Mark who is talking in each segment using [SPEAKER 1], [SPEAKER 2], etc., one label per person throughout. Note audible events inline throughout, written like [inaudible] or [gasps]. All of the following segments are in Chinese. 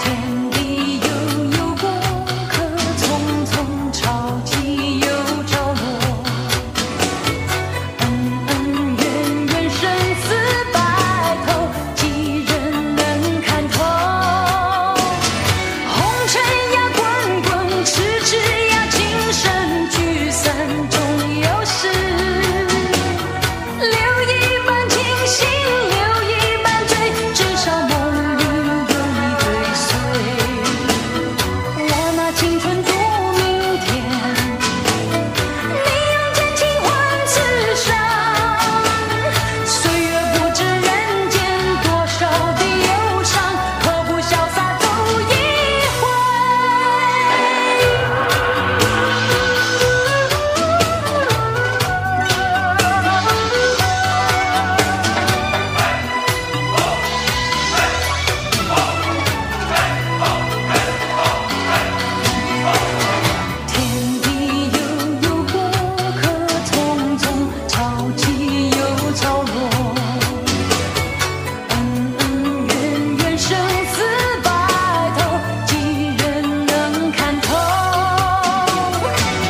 [SPEAKER 1] 天地悠悠，过客匆匆，潮起又潮落。恩恩怨怨，生死白头，几人能看透？红尘呀，滚滚；痴痴呀，情深。聚散终有时。留一半清醒，留一半醉，至少梦里有你追随。我拿青春赌明天，你用真情换此生。岁月不知人间多少的忧伤，何不潇洒走一回？天地悠悠，过客匆匆，潮起又潮落。恩恩怨怨，生死白头，几人能看透？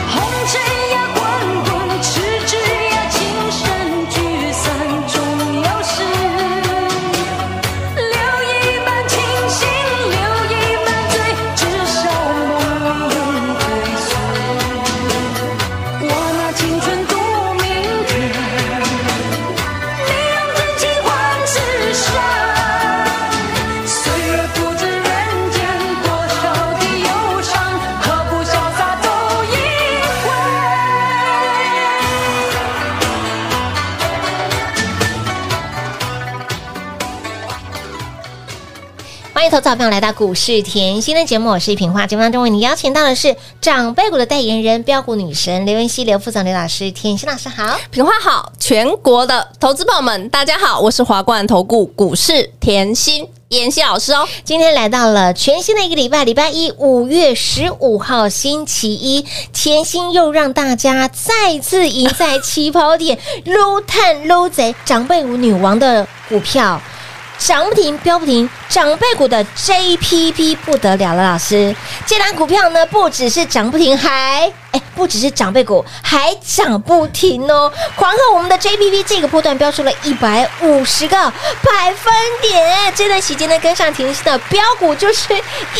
[SPEAKER 1] 红尘呀，滚滚；痴痴呀，情深。聚散终有时。留一半清醒，留一半醉，至少梦里有追随。我拿青春赌明天，你用真情换此生。岁月不知人间多少的忧伤，何不潇洒走一回？
[SPEAKER 2] 欢迎投资者朋友来到股市甜心的节目，我是平花。节目当中为你邀请到的是长辈股的代言人标股女神刘文熙、刘副总、刘老师。甜心老师好，
[SPEAKER 3] 品花好，全国的投资朋友们，大家好，我是华冠投顾股市甜心妍希老师哦。
[SPEAKER 2] 今天来到了全新的一个礼拜，礼拜一，五月十五号星期一，甜心又让大家再次赢在起跑点，撸探撸贼长辈股女王的股票。涨不停，飙不停，长辈股的 JPP 不得了了，老师，这档股票呢不只是涨不停，还哎不只是长辈股，还涨不停哦！狂贺我们的 JPP 这个波段标出了一百五十个百分点，这段时间呢跟上甜心的标股就是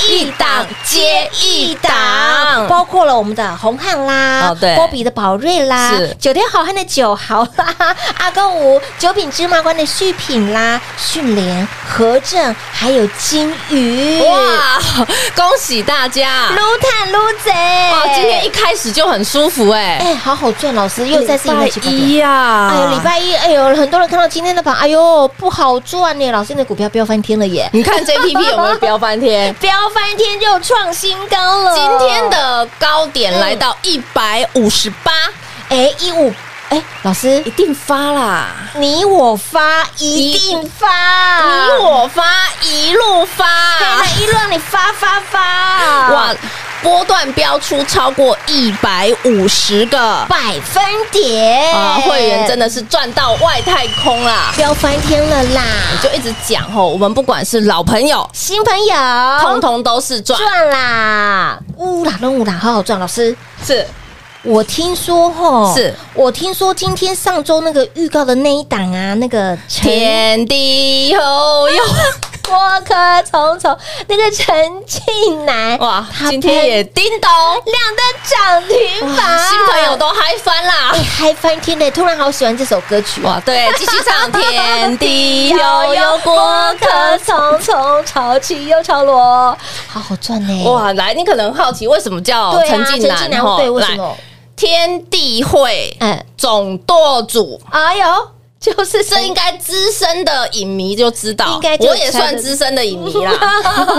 [SPEAKER 2] 一档接一档，包括了我们的红汉啦，
[SPEAKER 3] 哦对
[SPEAKER 2] 波比的宝瑞啦
[SPEAKER 3] 是，
[SPEAKER 2] 九天好汉的九豪啦， [laughs] 阿公五九品芝麻官的续品啦，迅联、和正，还有金鱼，撸
[SPEAKER 3] 哇，恭喜大家！
[SPEAKER 2] 探撸贼，
[SPEAKER 3] 哇，今天一开始就很舒服哎、
[SPEAKER 2] 哎，好好赚，老师又再次赢了
[SPEAKER 3] 拜
[SPEAKER 2] 几百点。
[SPEAKER 3] 一呀、
[SPEAKER 2] 哎呦，礼拜一，哎呦，很多人看到今天的榜，哎呦，不好赚呢。老师，你的股票飙翻天了耶，？
[SPEAKER 3] 你看 JPP 有没有飙翻天 [laughs]
[SPEAKER 2] 飙翻天又创新高了。
[SPEAKER 3] 今天，的高点来到一百五十八，
[SPEAKER 2] 哎，一五，哎，老师
[SPEAKER 3] 一，定发啦！
[SPEAKER 2] 你我发一
[SPEAKER 3] 一
[SPEAKER 2] 定发，
[SPEAKER 3] 你我发，一路
[SPEAKER 2] 对
[SPEAKER 3] 发
[SPEAKER 2] 了，，一路让你发发发，
[SPEAKER 3] 哇，，波段飙出超过一百五十个。
[SPEAKER 2] 百分点
[SPEAKER 3] 啊，会员真的是赚到外太空啦！
[SPEAKER 2] 飙翻天了啦！
[SPEAKER 3] 就一直讲吼，我们不管是老朋友，
[SPEAKER 2] 新朋友，
[SPEAKER 3] 通通都是赚，
[SPEAKER 2] 赚啦，乌啦拢乌啦，好好赚，老师。
[SPEAKER 3] 是
[SPEAKER 2] 我听说吼，
[SPEAKER 3] 是
[SPEAKER 2] 我听说今天上周那个预告的那一档啊，那个陈
[SPEAKER 3] 天地后
[SPEAKER 2] [laughs]
[SPEAKER 3] 有
[SPEAKER 2] 过客重重，那个陈近南
[SPEAKER 3] 哇
[SPEAKER 2] 哎他，
[SPEAKER 3] 今天也叮咚
[SPEAKER 2] 两个涨停板，
[SPEAKER 3] 哇我都嗨翻啦
[SPEAKER 2] 哎，！嗨翻天嘞！突然好喜欢这首歌曲
[SPEAKER 3] 哇，对，继续唱天地悠悠，
[SPEAKER 2] [laughs]
[SPEAKER 3] 过客从。
[SPEAKER 2] 匆匆，潮起又潮落，好好赚呢！
[SPEAKER 3] 哇，来，你可能好奇为什么叫
[SPEAKER 2] 对啊，
[SPEAKER 3] 陈
[SPEAKER 2] 陈
[SPEAKER 3] 近南？
[SPEAKER 2] 近南
[SPEAKER 3] 吼
[SPEAKER 2] 对，为什
[SPEAKER 3] 来
[SPEAKER 2] 么？
[SPEAKER 3] 天地会
[SPEAKER 2] 嗯，
[SPEAKER 3] 总舵主，
[SPEAKER 2] 哎呦，
[SPEAKER 3] 就是这应该资深的影迷就知道，
[SPEAKER 2] 应该就
[SPEAKER 3] 我也算资深的影迷啦。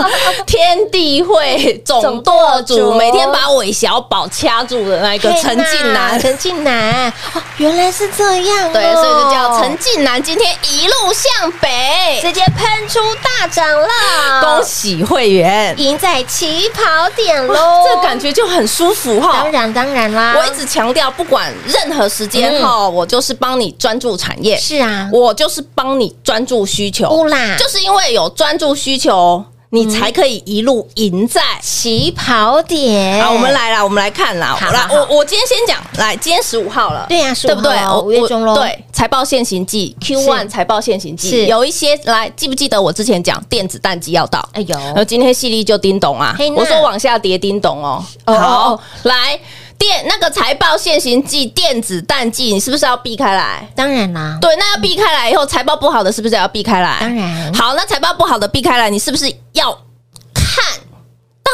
[SPEAKER 3] [laughs] 天地会
[SPEAKER 2] 总
[SPEAKER 3] 总舵
[SPEAKER 2] 舵
[SPEAKER 3] 主，
[SPEAKER 2] 主
[SPEAKER 3] 每天把韦小宝掐住的那个
[SPEAKER 2] 嘿
[SPEAKER 3] 陈
[SPEAKER 2] 呐
[SPEAKER 3] 近南。
[SPEAKER 2] 陈近南，哦，原来是这样哦，
[SPEAKER 3] 对，所以就叫陈近南，今天一路向北，
[SPEAKER 2] 直接喷出大涨啦！
[SPEAKER 3] 恭喜会员，
[SPEAKER 2] 赢在起跑点喽！
[SPEAKER 3] 这感觉就很舒服哈。
[SPEAKER 2] 当然当然啦，
[SPEAKER 3] 我一直强调，不管任何时间
[SPEAKER 2] 嗯
[SPEAKER 3] 哈，我就是帮你专注产业，
[SPEAKER 2] 是啊，
[SPEAKER 3] 我就是帮你专注需求
[SPEAKER 2] 乌，啦，
[SPEAKER 3] 就是因为有专注需求，你才可以一路赢在。
[SPEAKER 2] 起跑点。
[SPEAKER 3] 好，我们，来啦，我们来看啦。
[SPEAKER 2] 好
[SPEAKER 3] 来，
[SPEAKER 2] 好好
[SPEAKER 3] 我我今天先讲，来，今天十五号哦了，
[SPEAKER 2] 对呀，15
[SPEAKER 3] 对不对？
[SPEAKER 2] 号
[SPEAKER 3] 我
[SPEAKER 2] 五月中
[SPEAKER 3] 我
[SPEAKER 2] 喽，
[SPEAKER 3] 对，财报现行季 Q
[SPEAKER 2] 是
[SPEAKER 3] one 财报现行
[SPEAKER 2] 是
[SPEAKER 3] 季，有一些来记不记得我之前讲电子淡季要到？
[SPEAKER 2] 哎呦，
[SPEAKER 3] 然后今天系列就叮咚啊
[SPEAKER 2] 嘿，那
[SPEAKER 3] 我说往下跌叮咚哦。
[SPEAKER 2] 哦
[SPEAKER 3] 好，来电那个财报现行季电子淡季，你是不是要避开来？
[SPEAKER 2] 当然啦，
[SPEAKER 3] 对，那要避开来以后，财报不好的是不是也要避开来？
[SPEAKER 2] 当然
[SPEAKER 3] 好，那财报不好的避开来，你是不是要看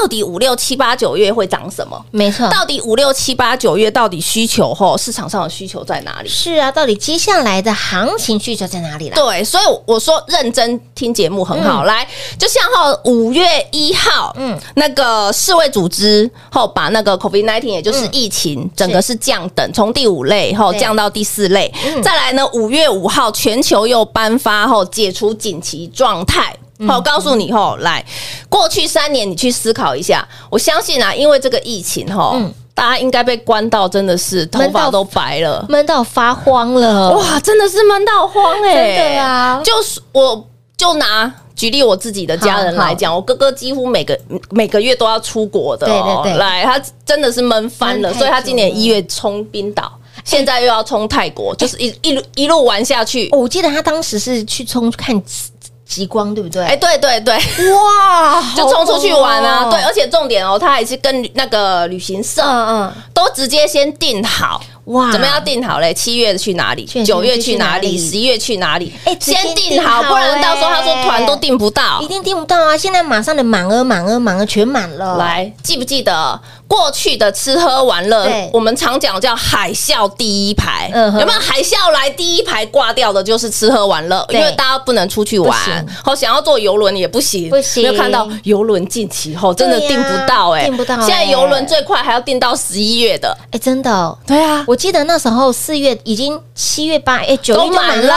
[SPEAKER 3] 到底五六七八九月会涨什么？
[SPEAKER 2] 没错，
[SPEAKER 3] 到底五六七八九月到底需求后市场上的需求在哪里？
[SPEAKER 2] 是啊，到底接下来的行情需求在哪里啦？
[SPEAKER 3] 对，所以我说认真听节目很好。来，就像哈五月一号，
[SPEAKER 2] 嗯
[SPEAKER 3] 嗯，那个世卫组织后把那个 COVID nineteen，也就是疫情，整个是降等，从第五类后
[SPEAKER 2] 对嗯
[SPEAKER 3] 降到第四类。再来呢，五月五号全球又颁发后解除紧急状态。
[SPEAKER 2] 嗯
[SPEAKER 3] 好，告诉你后来，过去三年你去思考一下，我相信啊，因为这个疫情哈，
[SPEAKER 2] 嗯
[SPEAKER 3] 大家应该被关到真的是头
[SPEAKER 2] 闷
[SPEAKER 3] 发
[SPEAKER 2] 到
[SPEAKER 3] 都白了，
[SPEAKER 2] 闷到发慌了，
[SPEAKER 3] 哇，真的是闷到慌哎、
[SPEAKER 2] 真的啊
[SPEAKER 3] 就是我就拿举例我自己的家人来讲，我哥哥几乎每个每个月都要出国的、哦，
[SPEAKER 2] 对对对
[SPEAKER 3] 来他真的是闷翻
[SPEAKER 2] 闷
[SPEAKER 3] 了，
[SPEAKER 2] 太
[SPEAKER 3] 所以他今年
[SPEAKER 2] 久了
[SPEAKER 3] 一月冲冰岛。现在又要冲泰国，就是一一路一路玩下去。
[SPEAKER 2] 哎哦我记得他当时是去冲看极极光，对不对？
[SPEAKER 3] 哎，对对对，
[SPEAKER 2] 哇，
[SPEAKER 3] 就冲出去
[SPEAKER 2] 好
[SPEAKER 3] 玩
[SPEAKER 2] 猛
[SPEAKER 3] 啊！
[SPEAKER 2] 哦
[SPEAKER 3] 对，，而且重点哦，他还是跟那个旅行社
[SPEAKER 2] 嗯
[SPEAKER 3] 都直接先定好，
[SPEAKER 2] 嗯，哇，
[SPEAKER 3] 怎么样？定好嘞？七月去哪里
[SPEAKER 2] 确？实
[SPEAKER 3] 九月去哪
[SPEAKER 2] 去
[SPEAKER 3] 里？
[SPEAKER 2] 哪里
[SPEAKER 3] 十一月去哪里？
[SPEAKER 2] 哎直接
[SPEAKER 3] 先
[SPEAKER 2] 定
[SPEAKER 3] 定
[SPEAKER 2] 好
[SPEAKER 3] 好，不然到时候
[SPEAKER 2] 哎
[SPEAKER 3] 他说团都订不到
[SPEAKER 2] 一。定订不到啊！现在马上的满额、满额、满额全满了，，
[SPEAKER 3] 来，记不记得过去的吃喝玩乐
[SPEAKER 2] 对，
[SPEAKER 3] 我们常讲叫海啸第一排，
[SPEAKER 2] 嗯哼
[SPEAKER 3] 有没有？海啸来第一排挂掉的就是吃喝玩乐，
[SPEAKER 2] 对
[SPEAKER 3] 因为大家不能出去
[SPEAKER 2] 不行
[SPEAKER 3] 玩，好想要坐游轮也不行，
[SPEAKER 2] 不行
[SPEAKER 3] 没有看到游轮近期后真的
[SPEAKER 2] 对呀
[SPEAKER 3] 订不到哎，
[SPEAKER 2] 订不到
[SPEAKER 3] 现在
[SPEAKER 2] 哎
[SPEAKER 3] 游轮最快还要订到十一月的，
[SPEAKER 2] 哎，真的哦。
[SPEAKER 3] 对啊，
[SPEAKER 2] 我记得那时候四月已经七月八哎九月
[SPEAKER 3] 都
[SPEAKER 2] 就满
[SPEAKER 3] 满
[SPEAKER 2] 了，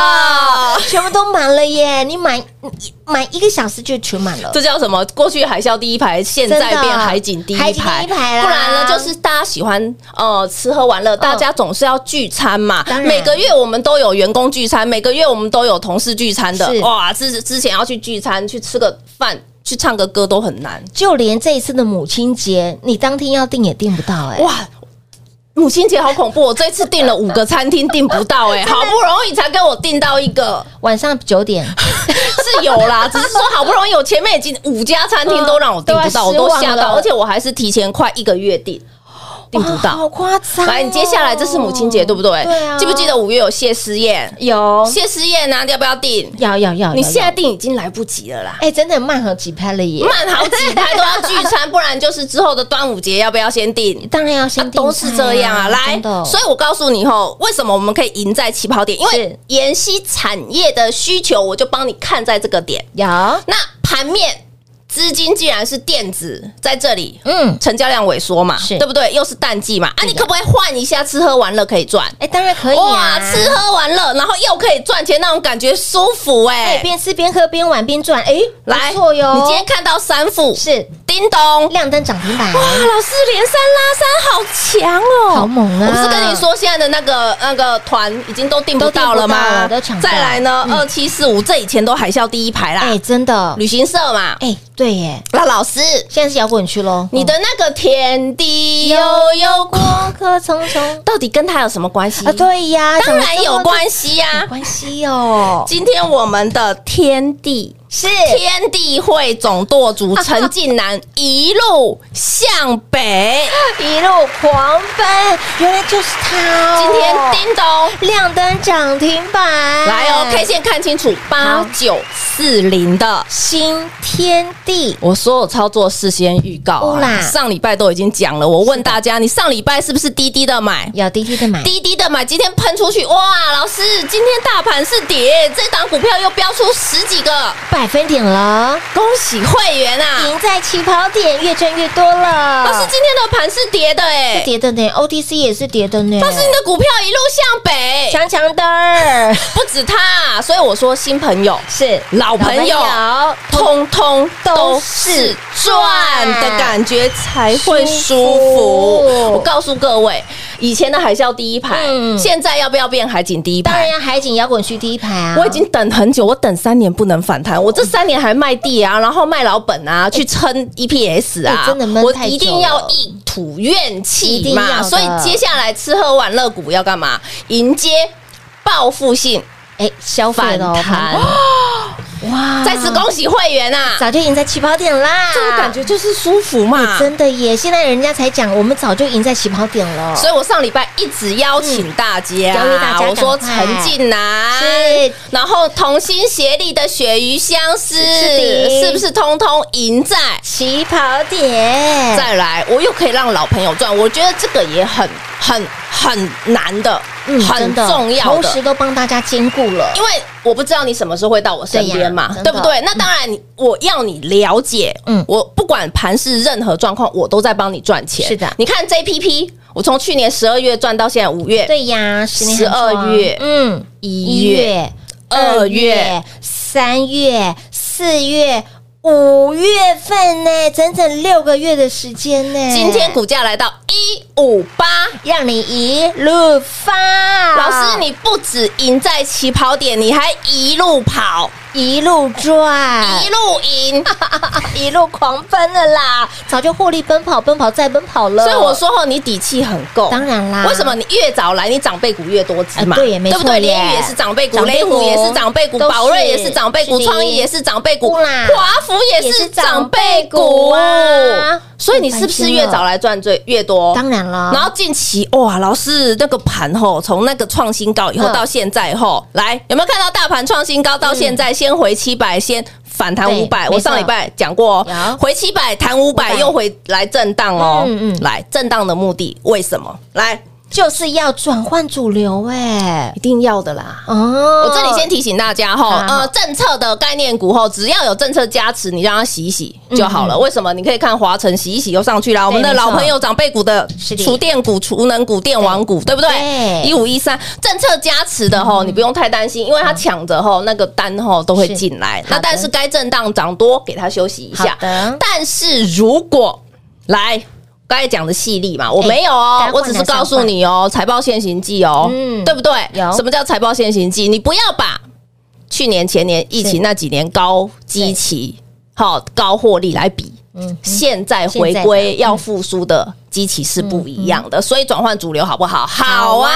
[SPEAKER 3] 了。
[SPEAKER 2] 全部都满了耶！你满你满一个小时就全满了，
[SPEAKER 3] 这叫什么？过去海啸第一排，现在
[SPEAKER 2] 真的
[SPEAKER 3] 变海景第一
[SPEAKER 2] 海
[SPEAKER 3] 排，
[SPEAKER 2] 景第一排啦哦
[SPEAKER 3] 不然呢，就是大家喜欢呃吃喝玩乐，大家总是要聚餐嘛
[SPEAKER 2] 当然。
[SPEAKER 3] 每个月我们都有员工聚餐，每个月我们都有同事聚餐的
[SPEAKER 2] 是。
[SPEAKER 3] 哇，之之前要去聚餐，去吃个饭，去唱个歌都很难。
[SPEAKER 2] 就连这一次的母亲节，你当天要订也订不到哎，
[SPEAKER 3] 哇！母亲节好恐怖，我这次订了五个餐厅订不
[SPEAKER 2] [laughs]
[SPEAKER 3] 到哎、好不容易才给我订到一个，
[SPEAKER 2] 晚上九点，
[SPEAKER 3] 是有啦，只是说好不容易我前面已经五家餐厅都让我订不
[SPEAKER 2] 嗯
[SPEAKER 3] 到，我
[SPEAKER 2] 对啊
[SPEAKER 3] 都
[SPEAKER 2] 失
[SPEAKER 3] 吓
[SPEAKER 2] 望了
[SPEAKER 3] 到，而且我还是提前快一个月订，订不
[SPEAKER 2] 哇
[SPEAKER 3] 到
[SPEAKER 2] 好。夸张哦！
[SPEAKER 3] 来，你接下来这是母亲节，对不对？
[SPEAKER 2] 对啊，哦
[SPEAKER 3] 记不记得五月有谢师宴？
[SPEAKER 2] 有
[SPEAKER 3] 谢师宴啊，要不要订？
[SPEAKER 2] 要要要，
[SPEAKER 3] 你
[SPEAKER 2] 要
[SPEAKER 3] 现在
[SPEAKER 2] 要
[SPEAKER 3] 订已经来不及了啦。
[SPEAKER 2] 哎，真的慢好几拍了耶！
[SPEAKER 3] 慢好几拍都要聚餐，不然就是之后的端午节要不要先订？
[SPEAKER 2] 当然要
[SPEAKER 3] 啊
[SPEAKER 2] 先订
[SPEAKER 3] 都
[SPEAKER 2] 菜
[SPEAKER 3] 是这样啊，来
[SPEAKER 2] 真的哦，
[SPEAKER 3] 所以我告诉你吼，为什么我们可以赢在起跑点？因
[SPEAKER 2] 是
[SPEAKER 3] 为延续产业的需求，我就帮你看在这个点。
[SPEAKER 2] 有
[SPEAKER 3] 那盘面资金既然是电子在这里，
[SPEAKER 2] 嗯，
[SPEAKER 3] 成交量萎缩嘛，
[SPEAKER 2] 是
[SPEAKER 3] 对不对？又是淡季嘛，啊，你可不可以换一下吃喝玩乐可以赚？
[SPEAKER 2] 哎，当然可以啊，
[SPEAKER 3] 吃喝玩乐，然后又可以赚钱，那种感觉舒服
[SPEAKER 2] 哎
[SPEAKER 3] 哎、
[SPEAKER 2] 边吃边喝边玩边赚，哎，
[SPEAKER 3] 来，
[SPEAKER 2] 不错哟，
[SPEAKER 3] 你今天看到三副
[SPEAKER 2] 是
[SPEAKER 3] 叮咚，
[SPEAKER 2] 亮灯涨停板，
[SPEAKER 3] 哇，老师连三拉三，好强哦，
[SPEAKER 2] 好猛啊
[SPEAKER 3] 我不是跟你说现在的那个那个团已经都订不到了
[SPEAKER 2] 都订不到
[SPEAKER 3] 吗
[SPEAKER 2] 了都抢？不到嗯
[SPEAKER 3] 再来呢，二七四五这以前都海啸第一排啦
[SPEAKER 2] 哎，，真的，
[SPEAKER 3] 旅行社嘛。
[SPEAKER 2] 哎，对耶，
[SPEAKER 3] 那老师，
[SPEAKER 2] 现在是摇滚区喽，
[SPEAKER 3] 你的那个天地悠悠过客
[SPEAKER 2] 颗葱葱
[SPEAKER 3] 到底跟它有什么关系？
[SPEAKER 2] 啊，对呀，
[SPEAKER 3] 当
[SPEAKER 2] 怎
[SPEAKER 3] 然
[SPEAKER 2] 么这么
[SPEAKER 3] 有关系
[SPEAKER 2] [laughs]
[SPEAKER 3] 呀、
[SPEAKER 2] 有关系哦，
[SPEAKER 3] 今天我们的天地
[SPEAKER 2] 是
[SPEAKER 3] 天地会总舵主陈近南一路向北，
[SPEAKER 2] 一路狂奔，原来就是它哦、
[SPEAKER 3] 今天叮咚
[SPEAKER 2] 亮灯涨停板，
[SPEAKER 3] 来哦，K 线看清楚，八九四零的。
[SPEAKER 2] 新天地，
[SPEAKER 3] 我所有操作事先预告、
[SPEAKER 2] 哦啦
[SPEAKER 3] 啊，上礼拜都已经讲了。我问大家，你上礼拜是不是低低的买？
[SPEAKER 2] 有滴滴的买，
[SPEAKER 3] 低低的买，今天喷出去，哇！老师，今天大盘是跌，这档股票又飙出十几个，
[SPEAKER 2] 百分点了，
[SPEAKER 3] 恭喜会员啊！
[SPEAKER 2] 赢在起跑点，越赚越多了。
[SPEAKER 3] 老师，今天的盘是跌的哎、
[SPEAKER 2] 是跌的呢，OTC 也哦是跌的呢，
[SPEAKER 3] 但是你的股票一路向北，
[SPEAKER 2] 强强的，
[SPEAKER 3] 不止它、所以我说新朋友、
[SPEAKER 2] 是
[SPEAKER 3] 老朋友，通通都是赚的感觉才会舒
[SPEAKER 2] 舒服
[SPEAKER 3] 服。我告诉各位，以前的海啸第一排，
[SPEAKER 2] 嗯
[SPEAKER 3] 现在要不要变海景第一
[SPEAKER 2] 当然
[SPEAKER 3] 排？
[SPEAKER 2] 要海景摇滚区第一排啊，哦
[SPEAKER 3] 我已经等很久，我等三年不能反弹，我这三年还卖地啊，然后卖老本啊，去撑 EPS 啊
[SPEAKER 2] 哎，真的闷
[SPEAKER 3] 我
[SPEAKER 2] 太久
[SPEAKER 3] 一定要
[SPEAKER 2] 了
[SPEAKER 3] 一吐怨
[SPEAKER 2] 一定
[SPEAKER 3] 气
[SPEAKER 2] 要
[SPEAKER 3] 嘛。
[SPEAKER 2] 的
[SPEAKER 3] 所以接下来吃喝玩乐股要干嘛？迎接报复性
[SPEAKER 2] 哎消费
[SPEAKER 3] 反
[SPEAKER 2] 了哦
[SPEAKER 3] 弹，
[SPEAKER 2] 哇
[SPEAKER 3] [gasps] 再次恭喜会员啊！
[SPEAKER 2] 早就赢在起跑点啦，
[SPEAKER 3] 这个感觉就是舒服嘛。
[SPEAKER 2] 真的耶！现在人家才讲，我们早就赢在起跑点了，
[SPEAKER 3] 所以我上礼拜一直邀请大家，啊
[SPEAKER 2] 嗯邀约大家
[SPEAKER 3] 我说
[SPEAKER 2] 赶快
[SPEAKER 3] 陈近南，
[SPEAKER 2] 是
[SPEAKER 3] 然后同心协力的鳕鱼相思，
[SPEAKER 2] 是的
[SPEAKER 3] 是不是通通赢在？
[SPEAKER 2] 起跑点
[SPEAKER 3] 再来，我又可以让老朋友赚，我觉得这个也很很很难的，很
[SPEAKER 2] 嗯真的
[SPEAKER 3] 重要
[SPEAKER 2] 同时
[SPEAKER 3] 的。
[SPEAKER 2] 都帮大家兼顾了
[SPEAKER 3] 因。为我不知道你什么时候会到我身边嘛
[SPEAKER 2] 对呀，
[SPEAKER 3] 对不对？那当然你，我要你了解，
[SPEAKER 2] 嗯
[SPEAKER 3] 嗯，我不管盘是任何状况，我都在帮你赚钱。
[SPEAKER 2] 是的
[SPEAKER 3] 你看 JPP，我从去年十二月赚到现在五月，
[SPEAKER 2] 对呀，十年寒窗
[SPEAKER 3] 12月
[SPEAKER 2] 嗯，
[SPEAKER 3] 一月、、二月、
[SPEAKER 2] 三月、四月、五月份呢，整整六个月的时间呢。
[SPEAKER 3] 今天股价来到一五八。
[SPEAKER 2] 让你一路发，
[SPEAKER 3] 老师，你不止赢在起跑点，你还一路跑，
[SPEAKER 2] 一路赚哎
[SPEAKER 3] 一，路赢。
[SPEAKER 2] [laughs] 一路狂奔了啦，早就获利奔跑，奔跑再奔跑了。
[SPEAKER 3] 所以我说后，你底气很够。
[SPEAKER 2] 呃当然啦
[SPEAKER 3] 为什么你越早来，你长辈股越多只嘛？
[SPEAKER 2] 呃对也没错
[SPEAKER 3] 不对？
[SPEAKER 2] 耶
[SPEAKER 3] 联宇也是长辈股，
[SPEAKER 2] 长辈
[SPEAKER 3] 雷
[SPEAKER 2] 股
[SPEAKER 3] 虎也是长辈股，
[SPEAKER 2] 都是
[SPEAKER 3] 宝瑞也是长辈股，
[SPEAKER 2] 是的
[SPEAKER 3] 创意也是长辈股，
[SPEAKER 2] 不啦
[SPEAKER 3] 华孚也
[SPEAKER 2] 也是
[SPEAKER 3] 是
[SPEAKER 2] 长
[SPEAKER 3] 长
[SPEAKER 2] 辈
[SPEAKER 3] 辈
[SPEAKER 2] 股
[SPEAKER 3] 股
[SPEAKER 2] 啊
[SPEAKER 3] 啊。所以你是不是越早来赚最越多？
[SPEAKER 2] 当然了，
[SPEAKER 3] 然后近期哇，老师那个盘吼，从那个创新高以后
[SPEAKER 2] 嗯
[SPEAKER 3] 到现在吼，来有没有看到大盘创新高到现在先回七百，先反弹
[SPEAKER 2] 对
[SPEAKER 3] 五百？
[SPEAKER 2] 没
[SPEAKER 3] 我
[SPEAKER 2] 错
[SPEAKER 3] 上礼拜讲过
[SPEAKER 2] 有
[SPEAKER 3] 哦，回七百弹五百
[SPEAKER 2] 500
[SPEAKER 3] 又回来震荡哦。
[SPEAKER 2] 嗯嗯
[SPEAKER 3] 来震荡的目的为什么？来，
[SPEAKER 2] 就是要转换主流哎、
[SPEAKER 3] 一定要的啦。
[SPEAKER 2] 哦，
[SPEAKER 3] 欸我这里先提醒大家哈，
[SPEAKER 2] 好
[SPEAKER 3] 呃，政策的概念股后，只要有政策加持，你让它洗一洗就好了。为什么？你可以看华晨洗一洗又上去啦，我们的
[SPEAKER 2] 嗯没错
[SPEAKER 3] 老朋友长辈股的
[SPEAKER 2] 是的
[SPEAKER 3] 厨电股、厨能股、电玩股，对不对？
[SPEAKER 2] 对嗯
[SPEAKER 3] 一五一三政策加持的吼，你不用太担心，因为它抢着吼那个单吼都会
[SPEAKER 2] 是
[SPEAKER 3] 进来
[SPEAKER 2] 嗯好。
[SPEAKER 3] 那
[SPEAKER 2] 的
[SPEAKER 3] 但是该震荡涨多，给它休息一
[SPEAKER 2] 好
[SPEAKER 3] 下。
[SPEAKER 2] 的
[SPEAKER 3] 但是如果来。刚才讲的细粒嘛，我
[SPEAKER 2] 哎
[SPEAKER 3] 没有哦
[SPEAKER 2] 该，换
[SPEAKER 3] 我只是
[SPEAKER 2] 的想
[SPEAKER 3] 告诉
[SPEAKER 2] 换
[SPEAKER 3] 你哦，财报现行记哦，
[SPEAKER 2] 嗯
[SPEAKER 3] 对不对？
[SPEAKER 2] 有
[SPEAKER 3] 什么叫财报现行记？你不要把去年、前年疫
[SPEAKER 2] 是
[SPEAKER 3] 情那几年高基期、好高获利来比。嗯现在嗯回归要复苏的基期是不一样的，所以转换主流好不好？嗯好啊，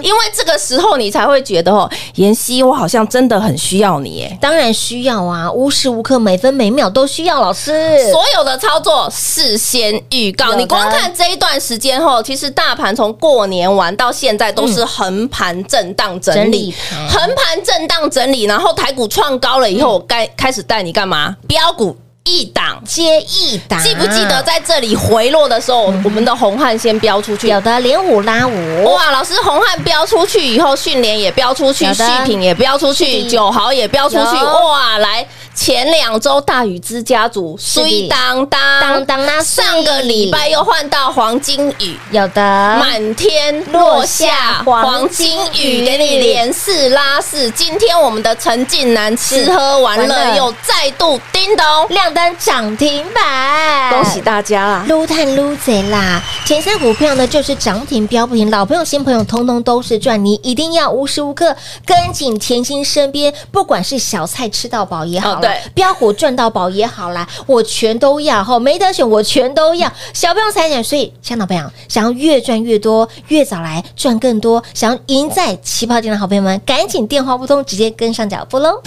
[SPEAKER 3] 因为这个时候你才会觉得哦，妍希，我好像真的很需要你耶。
[SPEAKER 2] 当然需要啊，无时无刻、每分每秒都需要老师。
[SPEAKER 3] 所有的操作事先预告，
[SPEAKER 2] 有的
[SPEAKER 3] 你光看这一段时间后，其实大盘从过年完到现在都是横盘震荡整
[SPEAKER 2] 整理
[SPEAKER 3] 理
[SPEAKER 2] 盘，
[SPEAKER 3] 横盘震荡整理，然后台股创高了以后，我该开始带你干嘛？标股一档。
[SPEAKER 2] 接嗯一打，
[SPEAKER 3] 记不记得在这里回落的时候，
[SPEAKER 2] 嗯
[SPEAKER 3] 我们的红汉先标出去？
[SPEAKER 2] 有的连五拉五，
[SPEAKER 3] 哇，老师，红汉标出去以后，迅联也标出去
[SPEAKER 2] 有，
[SPEAKER 3] 旭
[SPEAKER 2] 的
[SPEAKER 3] 品也标出
[SPEAKER 2] 是
[SPEAKER 3] 去，
[SPEAKER 2] 的
[SPEAKER 3] 九豪也标出去，
[SPEAKER 2] 有
[SPEAKER 3] 哇，来前两周大禹之家族，
[SPEAKER 2] 是的
[SPEAKER 3] 虽当当
[SPEAKER 2] 当当啦
[SPEAKER 3] 上个礼拜又换到黄金雨。
[SPEAKER 2] 有的
[SPEAKER 3] 满天落下黄金雨，给你连四拉四。今天我们的陈近南吃喝玩
[SPEAKER 2] 玩乐
[SPEAKER 3] 乐又再度叮咚，
[SPEAKER 2] 亮灯涨停板，
[SPEAKER 3] 哦恭喜大家啦！
[SPEAKER 2] 撸探撸贼啦！前三股票呢，就是涨停标不停，老朋友、新朋友，通通都是赚。你一定要无时无刻跟紧甜心身边，不管是小菜吃到饱也好啦，啦
[SPEAKER 3] 哦对，
[SPEAKER 2] 标股赚到宝也好啦，我全都要哈，没得选我全都要。小朋友才讲，所以香港朋友想要越赚越多，越早来赚更多，想要赢在起跑点的好朋友们，赶紧电话不通，直接跟上脚步喽。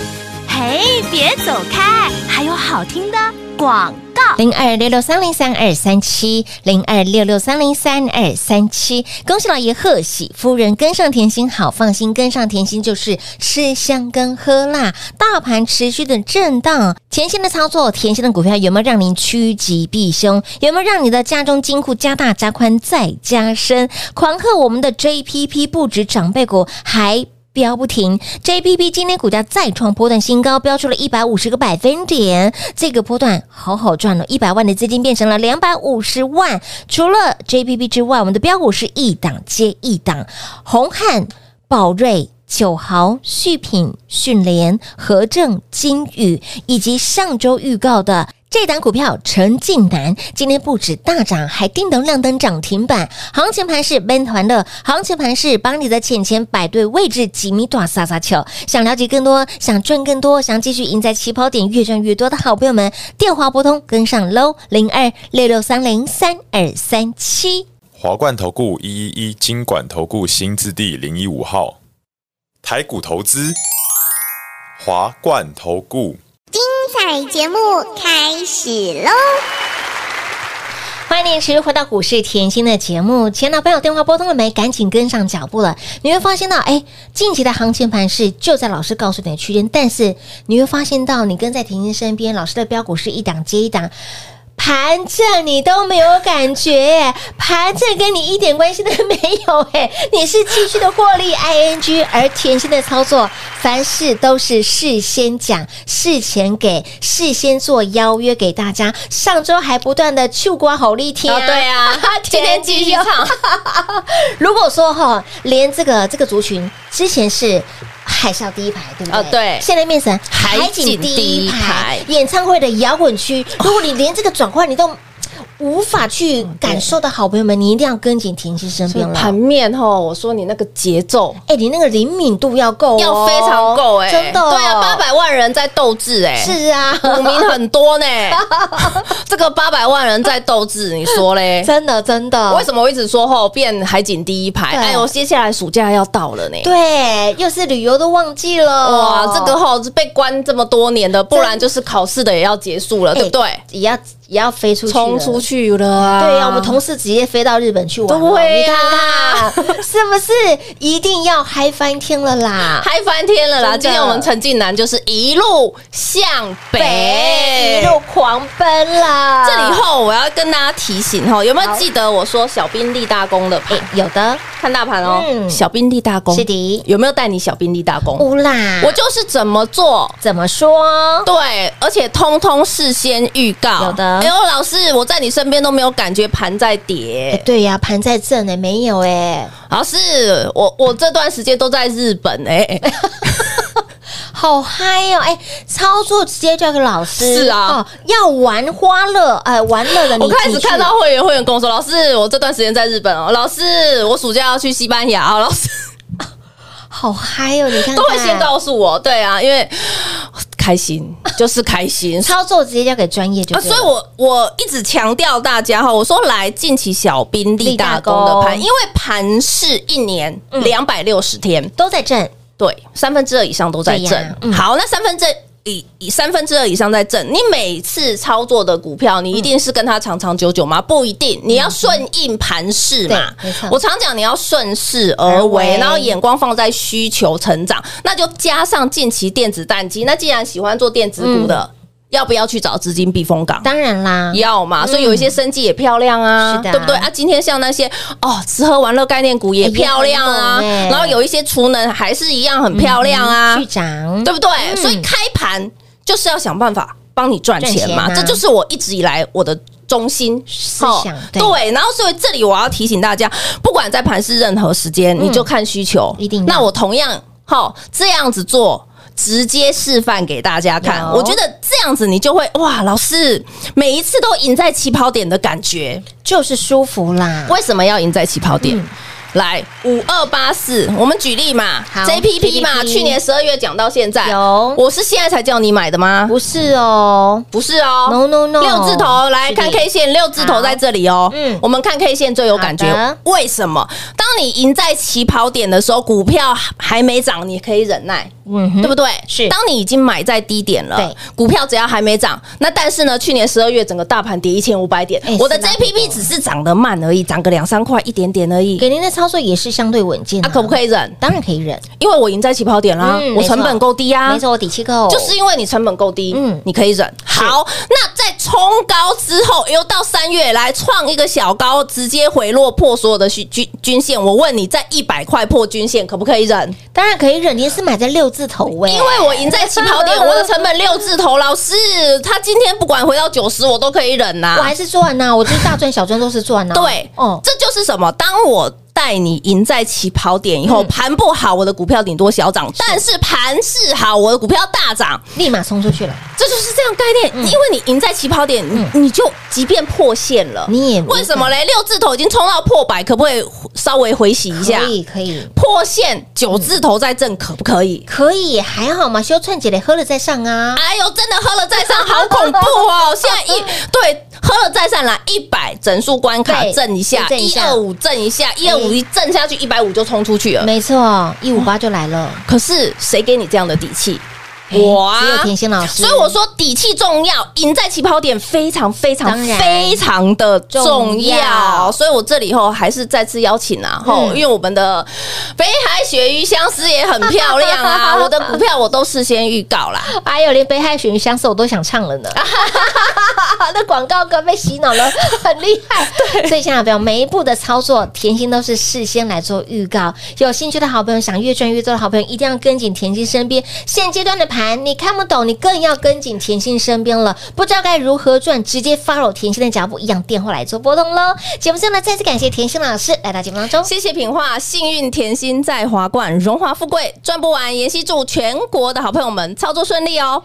[SPEAKER 4] 嘿，别走开，还有好听的广告。
[SPEAKER 2] 零二六六三零三二三七，零二六六三零三二三七。恭喜老爷，贺喜夫人跟上甜心，好放心，跟上甜心就是吃香跟喝辣。大盘持续的震荡，甜心的操作，甜心的股票有没有让您趋吉避凶？有没有让你的家中金库加大加宽再加深？狂贺我们的 JPP 不止长辈股，还飙不停。JPP 今天股价再创波段新高，飙出了一百五十个百分点。这个波段好好赚了，哦一百万的资金变成了两百五十万。除了 JPP 之外，我们的标股是一档接一档，红汉、宝瑞。九豪、旭品、迅联、和正、金宇，以及上周预告的这档股票陈近南，今天不止大涨，还叮咚亮灯涨停板。行情盘是奔团的，行情盘是帮你的钱钱摆对位置，几米短撒撒球。想了解更多，想赚更多，想继续赢在起跑点，越赚越多的好朋友们，电话拨通跟上喽，零二六六三零三二三七。
[SPEAKER 5] 华冠投顾一一一金管投顾新字第零一五号，台股投资，华冠投顾。
[SPEAKER 6] 彩节目开始喽！
[SPEAKER 2] 欢迎您持续回到股市甜心的节目。前老朋友电话拨通了没？赶紧跟上脚步了。你会发现到，哎，近期的行情盘是就在老师告诉你的区间，但是你会发现到，你跟在甜心身边，老师的标股是一档接一档。盘正你都没有感觉，盘正跟你一点关系都没有哎，你是继续的获利 ing，而甜心的操作，凡事都是事先讲、事前给、事先做邀约给大家。上周还不断的去刮好力天、，
[SPEAKER 3] 哦，对啊
[SPEAKER 2] [laughs]
[SPEAKER 3] 今天继续唱，
[SPEAKER 2] 如果说哈，连这个这个族群之前是。海啸第一排，对不对？
[SPEAKER 3] 哦对
[SPEAKER 2] 现在变成海景
[SPEAKER 3] 景
[SPEAKER 2] 第
[SPEAKER 3] 第
[SPEAKER 2] 一
[SPEAKER 3] 一
[SPEAKER 2] 排
[SPEAKER 3] 排，
[SPEAKER 2] 演唱会的摇滚区。如果你连这个转换你都无法去感受的好朋友们，你一定要跟紧甜心身
[SPEAKER 3] 所以
[SPEAKER 2] 边了。
[SPEAKER 3] 盘面吼，我说你那个节奏
[SPEAKER 2] 哎、你那个灵敏度要够、哦，
[SPEAKER 3] 要非常够哎，
[SPEAKER 2] 真的、
[SPEAKER 3] 对啊，八。百万人在斗志哎，
[SPEAKER 2] 是
[SPEAKER 3] [laughs]
[SPEAKER 2] 啊，
[SPEAKER 3] 股民很多呢，
[SPEAKER 2] [laughs]
[SPEAKER 3] 这个八百万人在斗志，你说嘞？
[SPEAKER 2] [laughs] 真的真的。
[SPEAKER 3] 为什么我一直说后变海景第一排？
[SPEAKER 2] 对
[SPEAKER 3] 哎呦，接下来暑假要到了呢。
[SPEAKER 2] 对，又是旅游都忘记了。哎
[SPEAKER 3] 哇，这个吼是被关这么多年的，不然就是考试的也要结束了，对不对
[SPEAKER 2] 哎？也要也要飞出去了，
[SPEAKER 3] 冲出去了啊！
[SPEAKER 2] 对呀、我们同事直接飞到日本去玩了，
[SPEAKER 3] 对
[SPEAKER 2] 你
[SPEAKER 3] 呀
[SPEAKER 2] 看看是不是一定要嗨翻天了啦？
[SPEAKER 3] 嗨翻天了啦！
[SPEAKER 2] 真的啊
[SPEAKER 3] 今天我们陈近南就是一路向北，
[SPEAKER 2] 一路狂奔啦！
[SPEAKER 3] 这里后我要跟大家提醒哈，有没
[SPEAKER 2] 好
[SPEAKER 3] 有记得我说小兵立大功的盘？
[SPEAKER 2] 有的
[SPEAKER 3] 看大盘哦，
[SPEAKER 2] 哎嗯
[SPEAKER 3] 小兵立大功，
[SPEAKER 2] 是的哦
[SPEAKER 3] 有没有带你小兵立大功？
[SPEAKER 2] 乌啦，
[SPEAKER 3] 我就是怎么做。
[SPEAKER 2] 怎么说？
[SPEAKER 3] 对，而且通通事先预告。
[SPEAKER 2] 有的
[SPEAKER 3] 哎呦，老师，我在你身边都没有感觉盘在
[SPEAKER 2] 哎
[SPEAKER 3] 跌。
[SPEAKER 2] 对呀、盘在正呢、没有哎、
[SPEAKER 3] 老师，我我这段时间都在日本哎、
[SPEAKER 2] 好嗨哦！哎、操作直接交给老师，
[SPEAKER 3] 是啊
[SPEAKER 2] 哦，要玩花乐，哎、玩乐的你
[SPEAKER 3] 我开始
[SPEAKER 2] 你去
[SPEAKER 3] 看到会员，会员跟我说：“老师，我这段时间在日本哦。”老师，我暑假要去西班牙哦。老师
[SPEAKER 2] 好嗨哦！你看看
[SPEAKER 3] 都会先告诉我，对啊，因为开心就是开心。
[SPEAKER 2] 操作直接交给专业就
[SPEAKER 3] 啊，
[SPEAKER 2] 对了、
[SPEAKER 3] 所以我我一直强调大家哈，我说来近期小兵立大功的
[SPEAKER 2] 立大功
[SPEAKER 3] 盘，因为盘是一年两百六十天，
[SPEAKER 2] 都在正，
[SPEAKER 3] 对，三分之二以上都在
[SPEAKER 2] 对
[SPEAKER 3] 挣。
[SPEAKER 2] 呀嗯
[SPEAKER 3] 好，那三分之以以三分之二以上在挣，你每次操作的股票，你一定是跟它长长久久吗？不一定，你要顺应盘势嘛。
[SPEAKER 2] 对没错
[SPEAKER 3] 我常讲你要顺势而
[SPEAKER 2] 而为
[SPEAKER 3] 为，然后眼光放在需求成长，那就加上近期电子淡季。那既然喜欢做电子股的，
[SPEAKER 2] 嗯
[SPEAKER 3] 要不要去找资金避风港？
[SPEAKER 2] 当然啦，
[SPEAKER 3] 要嘛，所以有一些生计也漂亮
[SPEAKER 2] 啊
[SPEAKER 3] 啊，
[SPEAKER 2] 嗯是的啊
[SPEAKER 3] 对不对啊？今天像那些哦，吃喝玩乐概念股也漂亮啊，
[SPEAKER 2] 哎也很猛哎嗯
[SPEAKER 3] 然后有一些储能还是一样很漂亮啊，
[SPEAKER 2] 去涨，
[SPEAKER 3] 对不对？所以开盘就是要想办法帮你赚钱嘛，
[SPEAKER 2] 赚钱啊
[SPEAKER 3] 这就是我一直以来我的。中心
[SPEAKER 2] 思想
[SPEAKER 3] 哦
[SPEAKER 2] 对
[SPEAKER 3] 对，然后所以这里我要提醒大家，不管在盘市任何时间，你就看需求，
[SPEAKER 2] 嗯一定要
[SPEAKER 3] 那我同样好这样子做，直接示范给大家看。
[SPEAKER 2] 有
[SPEAKER 3] 我觉得这样子你就会哇，老师每一次都赢在起跑点的感觉。
[SPEAKER 2] 就是舒服啦。嗯
[SPEAKER 3] 为什么要赢在起跑点？来五二八四，我们举例嘛
[SPEAKER 2] 好
[SPEAKER 3] ，JPP 嘛，
[SPEAKER 2] JPP
[SPEAKER 3] 去年十二月讲到现在，
[SPEAKER 2] 有
[SPEAKER 3] 我是现在才叫你买的吗？
[SPEAKER 2] 不是哦，
[SPEAKER 3] 不是哦
[SPEAKER 2] No, no, no
[SPEAKER 3] 六字头来
[SPEAKER 2] 是的
[SPEAKER 3] 看 K 线，六字头在这里哦。
[SPEAKER 2] 嗯
[SPEAKER 3] 嗯，我们看 K 线最有感觉
[SPEAKER 2] 好的，
[SPEAKER 3] 为什么？当你赢在起跑点的时候，股票还没涨，你可以忍耐。
[SPEAKER 2] 嗯哼，
[SPEAKER 3] 对不对？
[SPEAKER 2] 是
[SPEAKER 3] 当你已经买在低点了，
[SPEAKER 2] 对，
[SPEAKER 3] 股票只要还没涨，那但是呢，去年十二月整个大盘跌一千五百点
[SPEAKER 2] 哎，
[SPEAKER 3] 我的
[SPEAKER 2] 是蛮多
[SPEAKER 3] JPP 只是涨得慢而已，涨个两三块一点点而已，
[SPEAKER 2] 给您的操作也是相对稳健
[SPEAKER 3] 啊，
[SPEAKER 2] 的，
[SPEAKER 3] 可不可以忍？
[SPEAKER 2] 当然可以忍，
[SPEAKER 3] 因为我赢在起跑点啦
[SPEAKER 2] 嗯，没
[SPEAKER 3] 我
[SPEAKER 2] 错
[SPEAKER 3] 成本够低啊，
[SPEAKER 2] 没错，我底气够，
[SPEAKER 3] 就是因为你成本够低，
[SPEAKER 2] 嗯
[SPEAKER 3] 嗯，你可以忍。好，那在冲高之后，又到三月来创一个小高，直接回落破所有的均均均线。我问你，在一百块破均线可不可以忍？
[SPEAKER 2] 当然可以忍，您是买在六字头哎位，
[SPEAKER 3] 因为我赢在起跑点，我的成本六字头。老师，他今天不管回到九十，我都可以忍呐、
[SPEAKER 2] 我还是赚呐，我就是大赚小赚都是赚呐，
[SPEAKER 3] 啊对，
[SPEAKER 2] 哦，
[SPEAKER 3] 这就是什么？当我带你赢在起跑点以后，盘不好，我的股票顶多小涨；但嗯是盘势好，我的股票大涨。
[SPEAKER 2] 立马冲出去了，
[SPEAKER 3] 这就是这样概念，
[SPEAKER 2] 嗯
[SPEAKER 3] 因为你赢在起跑点，你你就即便破线了，
[SPEAKER 2] 你也
[SPEAKER 3] 为什么嘞？六字头已经冲到破百，可不可以稍微回洗一下
[SPEAKER 2] 可？以可以
[SPEAKER 3] 破线九字头再挣，可不可以？
[SPEAKER 2] 可以，还好嘛，修串姐嘞喝了再上啊，
[SPEAKER 3] 哎呦，真的喝了再
[SPEAKER 2] [laughs]
[SPEAKER 3] 上，好恐怖哦！现在一对喝了再上来一百整数关卡
[SPEAKER 2] 对
[SPEAKER 3] 震一下，
[SPEAKER 2] 震一
[SPEAKER 3] 一
[SPEAKER 2] 下哎
[SPEAKER 3] 二五震一下，一二五一震下去，一百五就冲出去了。
[SPEAKER 2] 没错，一五八就来了，
[SPEAKER 3] 可是谁给你这样的底气？啊
[SPEAKER 2] 哎只有甜心老师
[SPEAKER 3] 所以我说底气重要，赢在起跑点非常非常
[SPEAKER 2] 当然
[SPEAKER 3] 非常的重
[SPEAKER 2] 重要
[SPEAKER 3] 要。所以我这里后还是再次邀请啊，吼，
[SPEAKER 2] 嗯
[SPEAKER 3] 因为我们的北海鳕鱼相思也很漂亮 [laughs] 啊，我的股票我都事先预告啦。
[SPEAKER 2] 哎呦，连北海雪鱼相似我都想唱了呢。那广告歌被洗脑了，很厉害。对，所以现在不要每一步的操作，甜心都是事先来做预告。有兴趣的好朋友，想越赚越多的好朋友，一定要跟紧甜心身边。现阶段的盘你看不懂，你更要跟紧甜心身边了。不知道该如何赚，直接 follow 甜心的脚步，一样电话来做波动喽。节目最后呢，再次感谢甜心老师来到节目当中。
[SPEAKER 3] 谢谢品画，幸运甜心在华冠，荣华富贵赚不完。妍希祝全国的好朋友们操作顺利哦。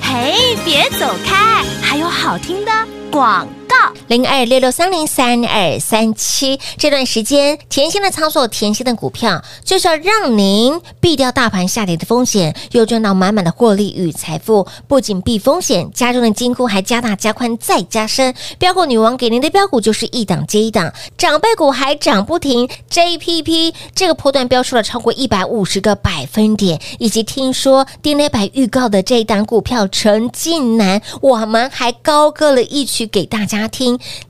[SPEAKER 4] 嘿，别走开，还有好听的广告。
[SPEAKER 2] 零二六六三零三二三七。这段时间，甜心的操作，甜心的股票，就是要让您避掉大盘下跌的风险，又赚到满满的获利与财富。不仅避风险，家中的金库还加大、加宽、再加深。标股女王给您的标股就是一档接一档，长辈股还涨不停。JPP 这个波段标出了超过一百五十个百分点，以及听说 DNA 百预告的这一档股票陈近南，我们还高歌了一曲给大家听。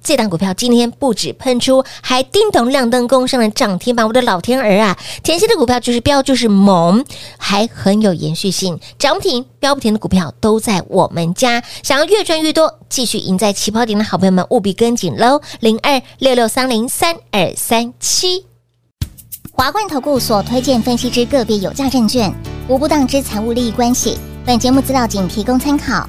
[SPEAKER 2] 这档股票今天不止喷出，还叮咚亮灯攻上了涨停板，我的老天儿啊！甜心的股票就是标就是猛，还很有延续性，涨不停、标不停的股票都在我们家。想要越赚越多，继续赢在起跑点的好朋友们，务必跟紧喽！零二六六三零三二三七。
[SPEAKER 6] 华冠投顾所推荐分析之个别有价证券，无不当之财务利益关系。本节目资料仅提供参考，